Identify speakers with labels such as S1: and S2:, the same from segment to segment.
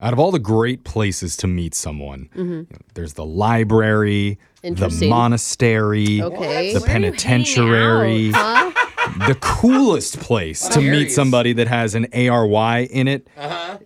S1: out of all the great places to meet someone, you know, there's the library, the
S2: Mm-hmm. Interesting.
S1: monastery,
S2: Okay.
S1: the
S2: Where
S3: are you hanging
S1: penitentiary.
S2: Huh?
S1: The coolest place to meet
S3: Hilarious.
S1: somebody that has an ARY in it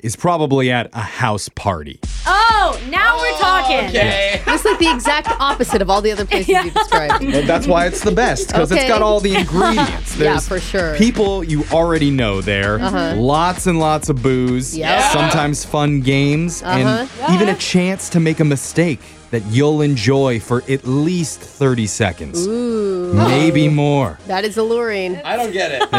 S1: is probably at a house party.
S3: Oh, now we're talking.
S1: okay.
S2: It's like the exact opposite of all the other places you described.
S1: And that's why it's the best because it's got
S2: Okay.
S1: all the ingredients.
S2: Yeah,
S1: There's
S2: for sure. Uh-huh.
S1: People you already know there. Lots and lots of booze.
S2: Yeah.
S1: Sometimes fun games
S2: Uh-huh.
S1: and even a chance to make a mistake that you'll enjoy for at least 30 seconds. Maybe more.
S2: That is alluring.
S4: I don't get it.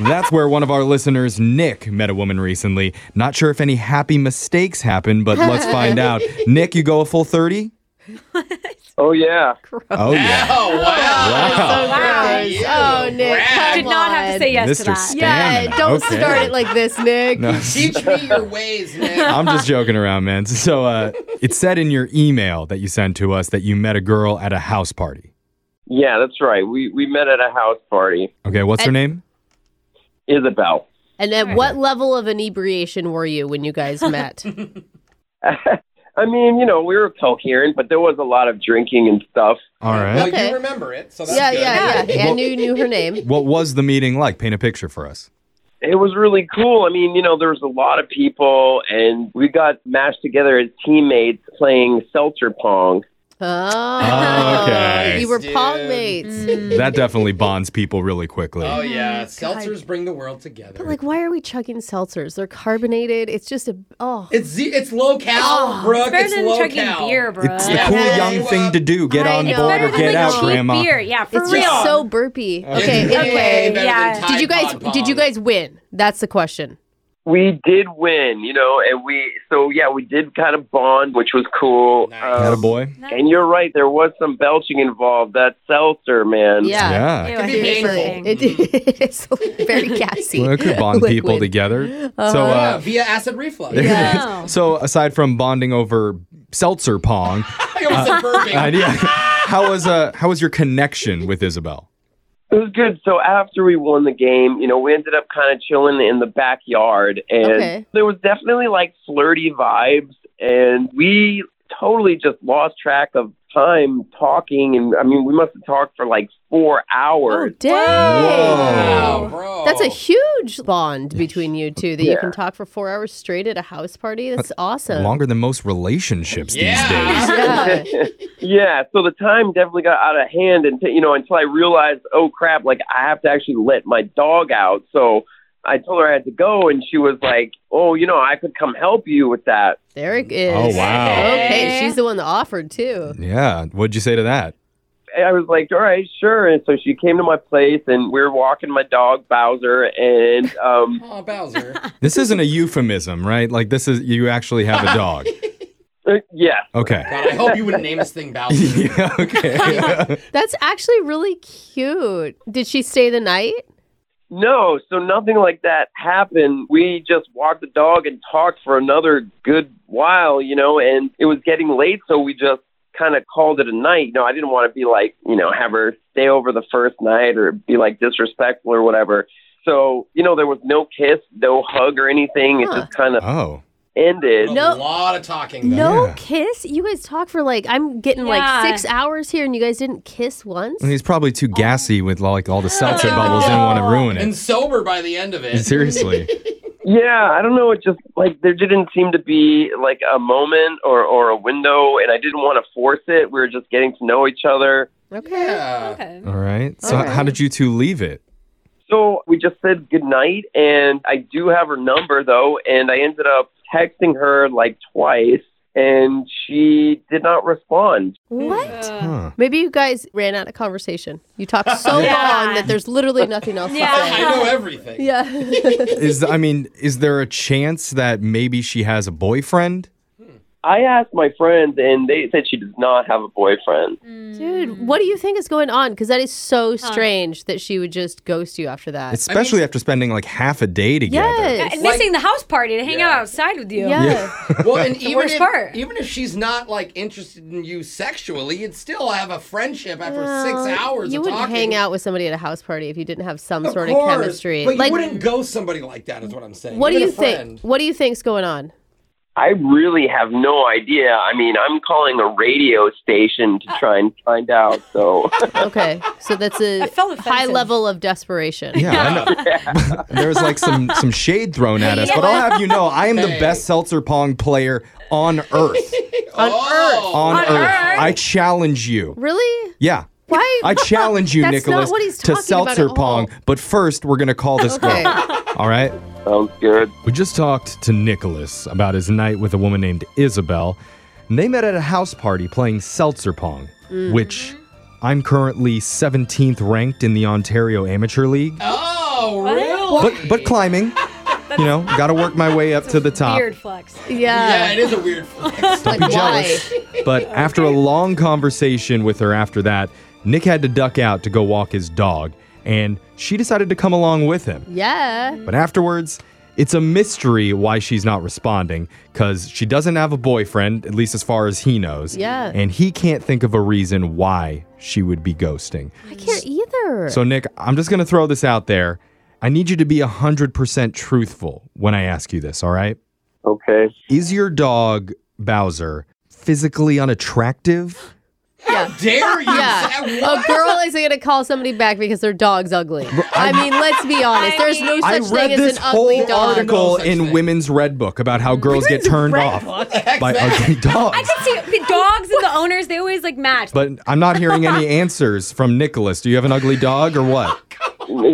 S1: That's where one of our listeners, Nick, met a woman recently. Not sure if any happy mistakes happened, but let's find out. Nick, you go a full 30?
S5: Oh yeah.
S1: Oh, yeah.
S4: oh wow.
S1: Wow.
S3: Wow.
S2: Gross. Oh, Nick.
S4: Brad.
S2: come
S3: Did not have to
S2: on.
S3: say yes
S1: Mr.
S3: to that.
S1: Stan.
S2: Yeah,
S1: Stamina.
S2: don't
S1: Okay.
S2: start it like this, Nick.
S1: No.
S4: Teach me your ways, man.
S1: I'm just joking around, man. So uh, it said in your email that you sent to us that you met a girl at a house party.
S5: Yeah, that's right. We we met at a house party.
S1: Okay, what's her name?
S5: Isabel.
S2: And at what level of inebriation were you when you guys met?
S5: I mean, you know, we were coherent, but there was a lot of drinking and stuff.
S1: All
S4: Well,
S1: right.
S2: Okay.
S4: you remember it, so that's
S2: yeah, yeah,
S4: good.
S2: yeah.
S1: Well-
S2: And you knew her name.
S1: What was the meeting like? Paint a picture for us.
S5: It was really cool. I mean, you know, there was a lot of people, and we got mashed together as teammates playing seltzer pong.
S2: Oh,
S1: Okay.
S2: you were
S4: Dude.
S2: pong mates.
S3: Mm.
S1: That definitely bonds people really quickly.
S4: Oh yeah, seltzers bring the world together.
S2: Like, why are we chugging seltzers? They're carbonated. It's just a oh.
S4: it's ze- it's low cal, Brooke.
S3: It's better
S4: It's,
S3: than
S4: low
S3: chugging
S4: cal.
S3: beer, bro.
S1: It's the
S4: Yeah.
S1: cool
S4: Yeah.
S1: young thing to do. Get
S2: I
S1: on
S2: know.
S1: board or
S3: better than
S1: get
S3: like
S1: out,
S3: cheap
S1: Grandma.
S3: beer. Yeah, for
S2: It's
S3: real.
S2: just so burpy. Okay.
S4: It's way
S2: Anyway,
S4: better
S3: Yeah.
S4: than
S3: Did
S2: did you
S4: Tide
S2: guys
S4: Pod Pong.
S2: did you guys win? That's the question.
S5: We did win, you know, and we so yeah, we did kind of bond, which was cool.
S4: Nice.
S1: Atta
S5: Um,
S1: boy.
S5: and you're right, there was some belching involved. That seltzer, man.
S2: Yeah.
S1: Yeah.
S3: Ew,
S4: Could
S3: I
S4: be
S3: hate
S4: painful.
S3: burping.
S2: It, it's very gassy.
S1: Well, it could bond people
S2: Liquid.
S1: together. So,
S4: Yeah,
S1: uh,
S4: via acid reflux.
S3: Yeah.
S1: so aside from bonding over seltzer pong,
S4: I almost said burping.
S1: uh, yeah, how was uh, how was your connection with Isabel?
S5: It was good. So after we won the game, you know, we ended up kind of chilling in the backyard, and
S2: Okay.
S5: there was definitely like flirty vibes, and we totally just lost track of time talking, and I mean, we must have talked for like four
S2: Oh,
S5: hours.
S2: dang.
S4: Wow, bro.
S2: That's a huge bond between you two that you
S5: Yeah.
S2: can talk for four hours straight at a house party. That's awesome.
S1: Longer than most relationships these days.
S4: Yeah.
S2: yeah.
S5: yeah, so the time definitely got out of hand, and you know, until I realized, oh crap, like I have to actually let my dog out. So I told her I had to go, and she was like, oh, you know, I could come help you with that.
S2: There it is.
S1: Oh, wow.
S2: Okay, she's the one that offered too.
S1: Yeah. What'd you say to that?
S5: And I was like, all right, sure. And so she came to my place, and we were walking my dog Bowser, and um,
S4: Oh, Bowser.
S1: This isn't a euphemism, right? Like this is you actually have a dog.
S5: uh, yeah,
S1: Okay.
S4: God, I hope you wouldn't name this thing Bowser.
S1: yeah, okay.
S2: That's actually really cute. Did she stay the night?
S5: no, so nothing like that happened. We just walked the dog and talked for another good while, you know, and it was getting late, so we just kind of called it a night. You know, I didn't want to be like, you know, have her stay over the first night or be like disrespectful or whatever. So, you know, there was no kiss, no hug or anything. It
S2: Huh.
S5: just kind of
S1: oh.
S5: ended.
S4: A
S2: No.
S4: lot of talking. Though.
S2: No
S1: Yeah.
S2: kiss? You guys talk for like I'm getting
S3: Yeah.
S2: like six hours here and you guys didn't kiss once?
S1: And he's probably too gassy with like all the seltzer bubbles. Didn't want to ruin
S4: And
S1: it.
S4: sober by the end of it.
S1: Seriously.
S5: Yeah, I don't know. It just like there didn't seem to be like a moment or or a window, and I didn't want to force it. We were just getting to know each other,
S2: Okay.
S4: Yeah.
S3: Okay.
S1: All right. So
S2: All right.
S1: how did you two leave it?
S5: so we just said goodnight. And I do have her number though, and I ended up texting her like twice, and she did not respond.
S2: What?
S1: Huh.
S2: Maybe you guys ran out of conversation. You talked so
S3: Yeah.
S2: long that there's literally nothing else
S3: Yeah.
S4: I
S2: to say.
S4: know everything.
S2: Yeah.
S1: Is I mean, is there a chance that maybe she has a boyfriend?
S5: I asked my friends, and they said she does not have a boyfriend.
S2: Dude, what do you think is going on? Because that is so strange that she would just ghost you after that.
S1: Especially after spending like half a day together.
S2: yes.
S3: And
S4: Like-
S3: missing the house party to hang
S4: Yeah.
S3: out outside with you.
S2: yeah.
S4: Well, and even
S3: worst
S4: if,
S3: part.
S4: even if she's not like interested in you sexually, you'd still have a friendship after
S2: Well,
S4: six hours.
S2: You
S4: of
S2: wouldn't
S4: talking.
S2: hang out with somebody at a house party if you didn't have some
S4: Of
S2: sort
S4: course,
S2: of chemistry.
S4: But
S2: like,
S4: you wouldn't go somebody like that, is what I'm saying.
S2: what do
S4: Even
S2: you
S4: a friend.
S2: think? What do you think's going on?
S5: I really have no idea. I mean, I'm calling a radio station to try and find out. So
S2: Okay, so that's a
S3: I felt
S2: high
S3: offensive.
S2: level of desperation.
S1: Yeah, I know. there was like some some shade thrown at us, but I'll have you know, I am the
S4: Hey.
S1: best seltzer pong player on earth.
S4: On oh.
S1: On,
S3: On
S1: earth.
S3: earth?
S1: I challenge you.
S2: Really?
S1: Yeah.
S2: Why?
S1: I challenge you,
S2: That's not
S1: Nicholas,
S2: what he's
S1: to
S2: talking about at
S1: seltzer
S2: all.
S1: pong. But first, we're gonna call this
S2: Okay.
S1: girl. All right.
S5: sounds good.
S1: We just talked to Nicholas about his night with a woman named Isabel, and they met at a house party playing seltzer pong, which
S2: Mm.
S1: I'm currently 17th ranked in the Ontario Amateur League,
S4: Oh, really?
S1: but but climbing. You know, got to work my way up to the top.
S3: Weird flex.
S4: Yeah,
S2: Yeah.
S4: it is a weird flex.
S1: Don't
S2: Like,
S1: be jealous. But after a long conversation with her after that, Nick had to duck out to go walk his dog, and she decided to come along with him.
S2: Yeah.
S1: But afterwards, it's a mystery why she's not responding because she doesn't have a boyfriend, at least as far as he knows.
S2: Yeah.
S1: And he can't think of a reason why she would be ghosting.
S2: I can't either.
S1: So, Nick, I'm just going to throw this out there. I need you to be 100% truthful when I ask you this, all right?
S5: Okay.
S1: Is your dog, Bowser, physically unattractive?
S2: yeah.
S4: Dare you?
S2: Yeah.
S4: say-
S2: A
S4: What?
S2: girl is going to call somebody back because their dog's ugly. I mean, let's be honest. There's no
S1: I
S2: such
S1: read
S2: thing as
S1: this
S2: an ugly
S1: whole
S2: dog.
S1: article
S4: No such
S1: in
S4: thing.
S1: Women's Red Book about how girls get turned off by ugly dogs.
S3: See, the dogs and the owners, they always like match.
S1: But I'm not hearing any answers from Nicholas. Do you have an ugly dog or what?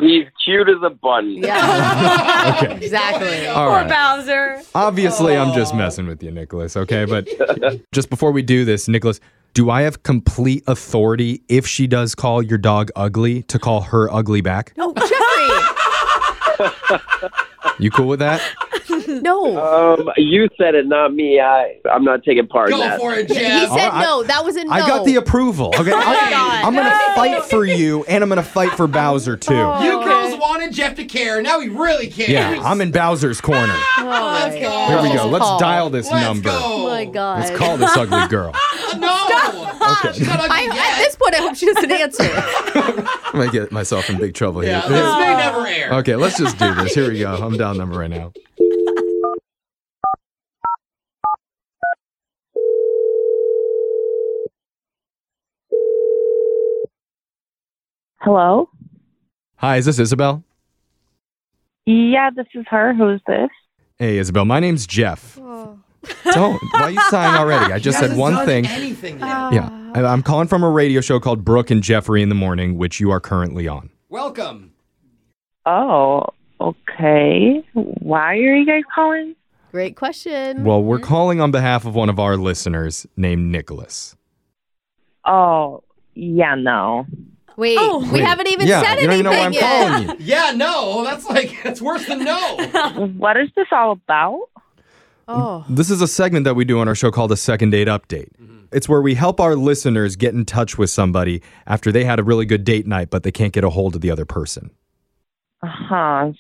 S5: He's cute as a bun.
S2: Yeah,
S1: Okay.
S2: exactly.
S1: All
S3: Poor
S1: right.
S3: Bowser.
S1: Obviously, I'm just messing with you, Nicholas, okay? But just before we do this, Nicholas, do I have complete authority if she does call your dog ugly to call her ugly back?
S2: No, Jeffrey.
S1: You cool with that?
S2: No.
S5: Um, you said it, not me. I I'm not taking part in
S4: Go
S5: that.
S4: for it,
S2: he
S4: Jeff.
S2: said
S1: I-
S2: no. that was a no.
S1: I got the approval. Okay. I, am going to fight for you and I'm going to fight for Bowser too.
S4: you
S2: "Oh, Okay.
S4: girls wanted Jeff to care. Now he really cares.
S1: Yeah, I'm in Bowser's corner.
S2: Oh, my
S4: Let's
S2: God.
S4: go.
S1: Here we
S2: Just
S1: go. Let's
S2: call.
S1: dial this
S4: Let's
S1: number.
S4: go.
S2: Oh my God.
S1: Let's call this ugly girl.
S4: No. Okay. She's not ugly
S2: I,
S4: yet.
S2: at this point, I hope she doesn't answer.
S1: I'm going to get myself in big trouble
S4: yeah,
S1: here.
S4: this
S2: Oh.
S4: may never air.
S1: Uh, Okay, let's just do this. Here we go. I'm down number right now.
S6: Hello?
S1: Hi, is this Isabel?
S6: Yeah, this is her. Who's this?
S1: Hey, Isabel. My name's Jeff. Don't. Why are you sighing already? I just said
S4: Hasn't
S1: one
S4: done
S1: thing.
S4: Anything yet.
S2: Ah.
S1: Yeah. I- I'm calling from a radio show called Brooke and Jeffrey in the Morning, which you are currently on.
S4: Welcome.
S6: Oh, okay. Why are you guys calling?
S2: Great question.
S1: Well, we're calling on behalf of one of our listeners named Nicholas.
S6: Oh, yeah, no.
S2: wait,
S3: Oh.
S2: we
S1: Wait.
S2: haven't even
S1: yeah,
S2: said
S1: you don't even
S2: anything
S1: know why I'm
S2: yet.
S1: calling you.
S4: Yeah, no, that's like that's worse than no.
S6: What is this all about?
S2: Oh,
S1: This is a segment that we do on our show called a second date update. It's where we help our listeners get in touch with somebody after they had a really good date night, but they can't get a hold of the other person.
S6: Huh. Uh-huh.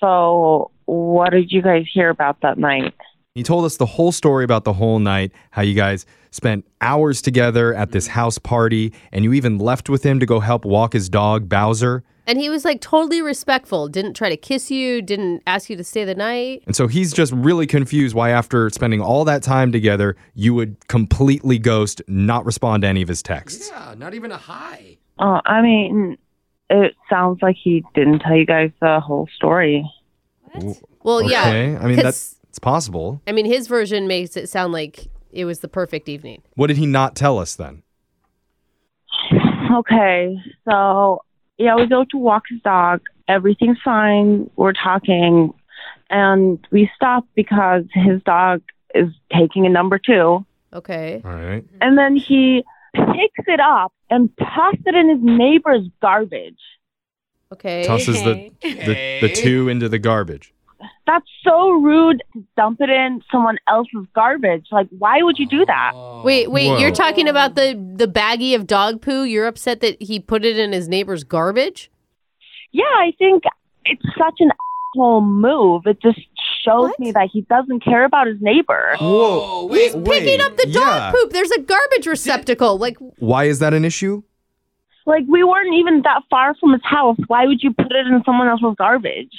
S6: So, what did you guys hear about that night?
S1: He told us the whole story about the whole night, how you guys spent hours together at this house party, and you even left with him to go help walk his dog, Bowser.
S2: and he was like totally respectful. Didn't try to kiss you. Didn't ask you to stay the night.
S1: And so he's just really confused why, after spending all that time together, you would completely ghost, not respond to any of his texts.
S4: Yeah, not even a high.
S6: Oh, I mean, it sounds like he didn't tell you guys the whole story.
S2: Well, yeah.
S1: Okay. I mean,
S2: 'cause-
S1: that's it's possible.
S2: I mean, his version makes it sound like it was the perfect evening.
S1: What did he not tell us then?
S6: Okay, so yeah, we go to walk his dog. Everything's fine. We're talking, and we stop because his dog is taking a number two,
S2: Okay.
S1: All right.
S6: and then he picks it up and tosses it in his neighbor's garbage.
S2: Okay.
S1: Tosses the,
S3: Okay.
S1: the, the two into the garbage.
S6: That's so rude to dump it in someone else's garbage. Like, why would you do that?
S2: Wait, wait.
S1: Whoa.
S2: You're talking about the the baggie of dog poo. You're upset that he put it in his neighbor's garbage.
S6: Yeah, I think it's such an asshole move. It just shows
S2: What?
S6: me that he doesn't care about his neighbor.
S4: Oh, wait.
S1: He's
S2: Picking up the dog poop. There's a garbage receptacle. Like,
S1: Why is that an issue?
S6: Like we weren't even that far from his house. Why would you put it in someone else's garbage?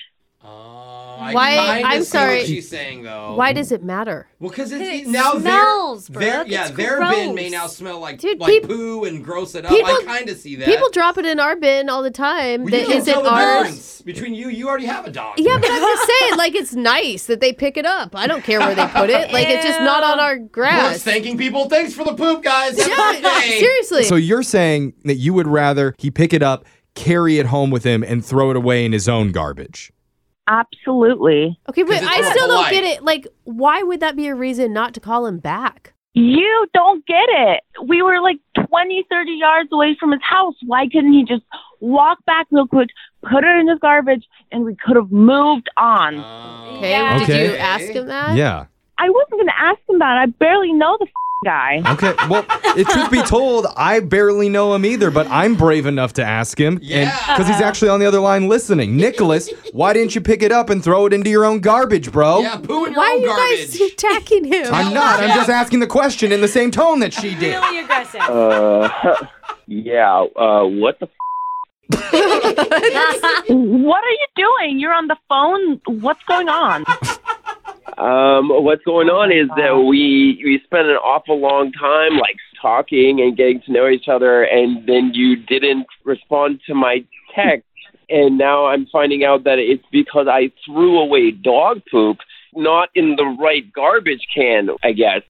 S4: Oh. I
S2: Why-
S4: kinda
S2: I'm
S4: see
S2: sorry.
S4: What she's saying though.
S2: Why does it matter?
S4: Well, because
S3: It
S4: it's e-, now
S3: smells,
S4: their, their
S3: Brooke.
S4: yeah,
S3: It's
S4: their bin
S3: gross.
S4: may now smell like
S2: Dude,
S4: like
S2: peop-
S4: poo and gross it up.
S2: people-
S4: I kind of see that.
S2: People drop it in our bin all the time.
S4: Well, you
S2: that
S4: can't
S2: isn't
S4: tell the
S2: ours.
S4: difference between you. You already have a dog.
S2: Yeah, but I'm just saying, like, it's nice that they pick it up. I don't care where they put it. Like, it's just not on our
S4: Brooke's
S2: grass.
S4: thanking people. Thanks for the poop, guys. Have a good
S2: Yeah,
S4: day.
S2: seriously.
S1: So you're saying that you would rather he pick it up, carry it home with him, and throw it away in his own garbage.
S6: Absolutely.
S2: okay, but
S4: 'Cause it's
S2: I
S4: not
S2: still don't
S4: polite.
S2: get it. Like, why would that be a reason not to call him back?
S6: You don't get it. We were like 20, 30 yards away from his house. Why couldn't he just walk back real quick, put it in his garbage, and we could have moved on?
S4: Oh.
S2: Okay,
S3: Yeah.
S2: did you
S4: Okay.
S2: ask him that?
S1: Yeah.
S6: I wasn't going to ask him that. I barely know the f- guy.
S1: Okay. Well, it, truth be told, I barely know him either, but I'm brave enough to ask him.
S4: Yeah.
S1: Because he's actually on the other line listening. Nicholas, why didn't you pick it up and throw it into your own garbage, bro?
S4: Yeah, poo in your
S2: Why are
S4: own
S2: you
S4: garbage.
S2: guys attacking him?
S1: I'm not. I'm just asking the question in the same tone that she did.
S3: Really aggressive.
S5: Uh, yeah. Uh, what the? F-
S6: What are you doing? You're on the phone. What's going on?
S5: um, what's going on is that we we spent an awful long time like talking and getting to know each other, and then you didn't respond to my text, and now I'm finding out that it's because I threw away dog poop, not in the right garbage can, I guess.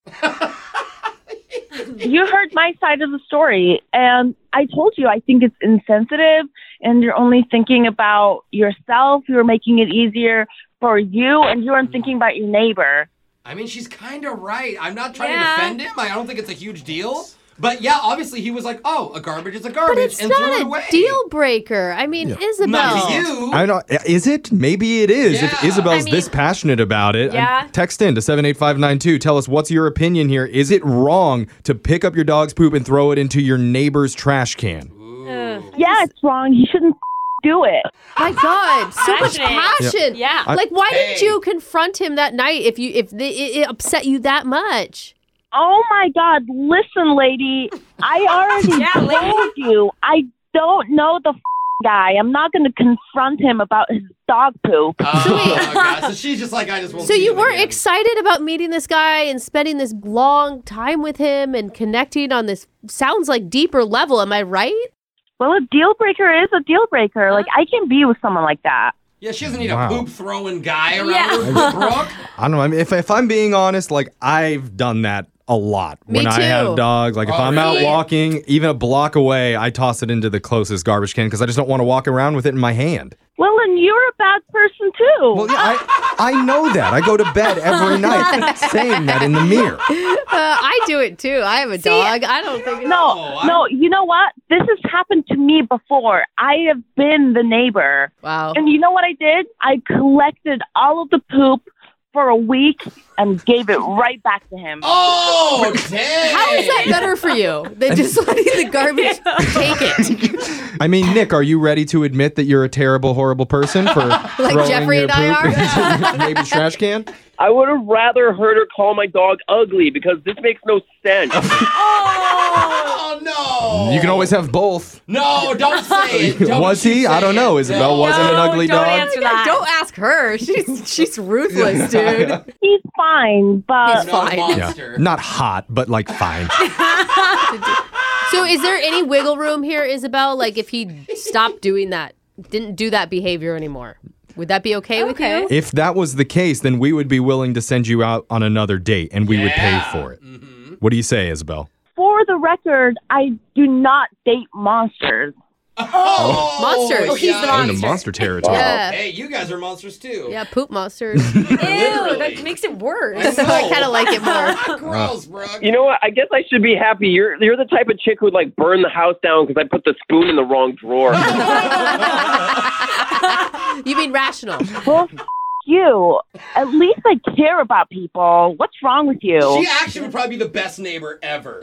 S6: you heard my side of the story, and I told you I think it's insensitive, and you're only thinking about yourself. You're making it easier for you, and you aren't thinking about your neighbor.
S4: I mean, she's kind of right. I'm not trying
S3: Yeah.
S4: to defend him. I don't think it's a huge deal. But yeah, obviously he was like, "Oh, a garbage is a
S2: but
S4: garbage,"
S2: it's
S4: and threw
S2: not
S4: it
S2: a
S4: away.
S2: deal breaker. I mean, Isabel.
S4: Not to you.
S1: I don't. Is it? Maybe it is. If
S4: Yeah.
S1: Isabel's
S3: I mean-
S1: this passionate about it, um,
S3: Yeah.
S1: text in to seven eight five nine two. Tell us what's your opinion here. Is it wrong to pick up your dog's poop and throw it into your neighbor's trash can?
S6: Yeah, it's wrong. He shouldn't do it.
S2: My God, so much
S3: Passionate.
S2: passion.
S3: Yeah. Yeah.
S2: Like, why didn't
S4: Hey.
S2: you confront him that night if you if the, it, it upset you that much?
S6: Oh my God! Listen, lady, I already
S3: Yeah,
S6: told
S3: lady.
S6: you I don't know the f- guy. I'm not going to confront him about his dog poop.
S4: Oh, God. So she's just like, "I just won't."
S2: So
S4: see
S2: you
S4: him
S2: were
S4: again.
S2: excited about meeting this guy and spending this long time with him and connecting on this sounds like deeper level. Am I right?
S6: Well, a deal breaker is a deal breaker. Like I can be with someone like that.
S4: Yeah, she doesn't need
S1: Wow.
S4: a poop throwing guy around
S3: Yeah.
S4: her, Brooke.
S1: I don't know. I mean, if if I'm being honest, like I've done that a lot
S2: Me
S1: when I have
S2: too.
S1: dogs. Like if
S4: Oh,
S1: I'm out
S4: really?
S1: walking, even a block away, I toss it into the closest garbage can because I just don't want to walk around with it in my hand.
S6: Well, and you're a bad person too.
S1: Well, yeah, I I know that. I go to bed every night saying that in the mirror.
S2: Uh, I do it too. I have a dog. I don't think it's
S6: no,
S4: Oh, I-
S6: no, you know what? This has happened to me before. I have been the neighbor.
S2: wow.
S6: And you know what I did? I collected all of the poop for a week and gave it right back to him.
S4: Oh, dang!
S2: How is that better for you than just letting the garbage take it?
S1: I mean, Nick, are you ready to admit that you're a terrible, horrible person for throwing
S2: Jeffrey
S1: your
S2: and I
S1: poop
S2: are?
S1: into your neighbor's trash can?
S5: I would have rather heard her call my dog ugly because this makes no sense.
S4: Oh no!
S1: You can always have both.
S4: No, don't say it. Don't
S1: Was
S4: you
S1: he?
S4: say
S1: I don't know.
S4: it.
S1: Isabel wasn't an
S3: No,
S1: ugly
S3: don't
S1: dog.
S3: answer that.
S2: Don't ask her. She's she's ruthless, dude.
S6: He's fine, but
S2: He's fine.
S4: No,
S1: Yeah.
S4: monster.
S1: Not hot, but like fine.
S2: So is there any wiggle room here, Isabel? Like if he stopped doing that, didn't do that behavior anymore, would that be okay, with
S3: Okay.
S2: you?
S1: if that was the case, then we would be willing to send you out on another date and we would pay
S4: Yeah.
S1: for it. What do you say, Isabel?
S6: for the record, I do not date monsters.
S4: Oh,
S2: Monsters.
S4: yeah.
S2: He's the
S1: We're in the
S2: Monster.
S1: monster territory.
S2: Yeah.
S4: Hey, you guys are monsters too.
S2: Yeah, poop monsters.
S3: Ew,
S4: Literally.
S3: that makes it worse.
S2: so I kind of like it more.
S4: Gross, Brooke.
S5: You know what? I guess I should be happy. You're you're the type of chick who'd like burn the house down because I put the spoon in the wrong drawer.
S2: You mean rational?
S6: Well, f- you. At least I care about people. What's wrong with you?
S4: She actually would probably be the best neighbor ever.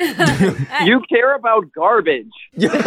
S5: you care about garbage.
S2: All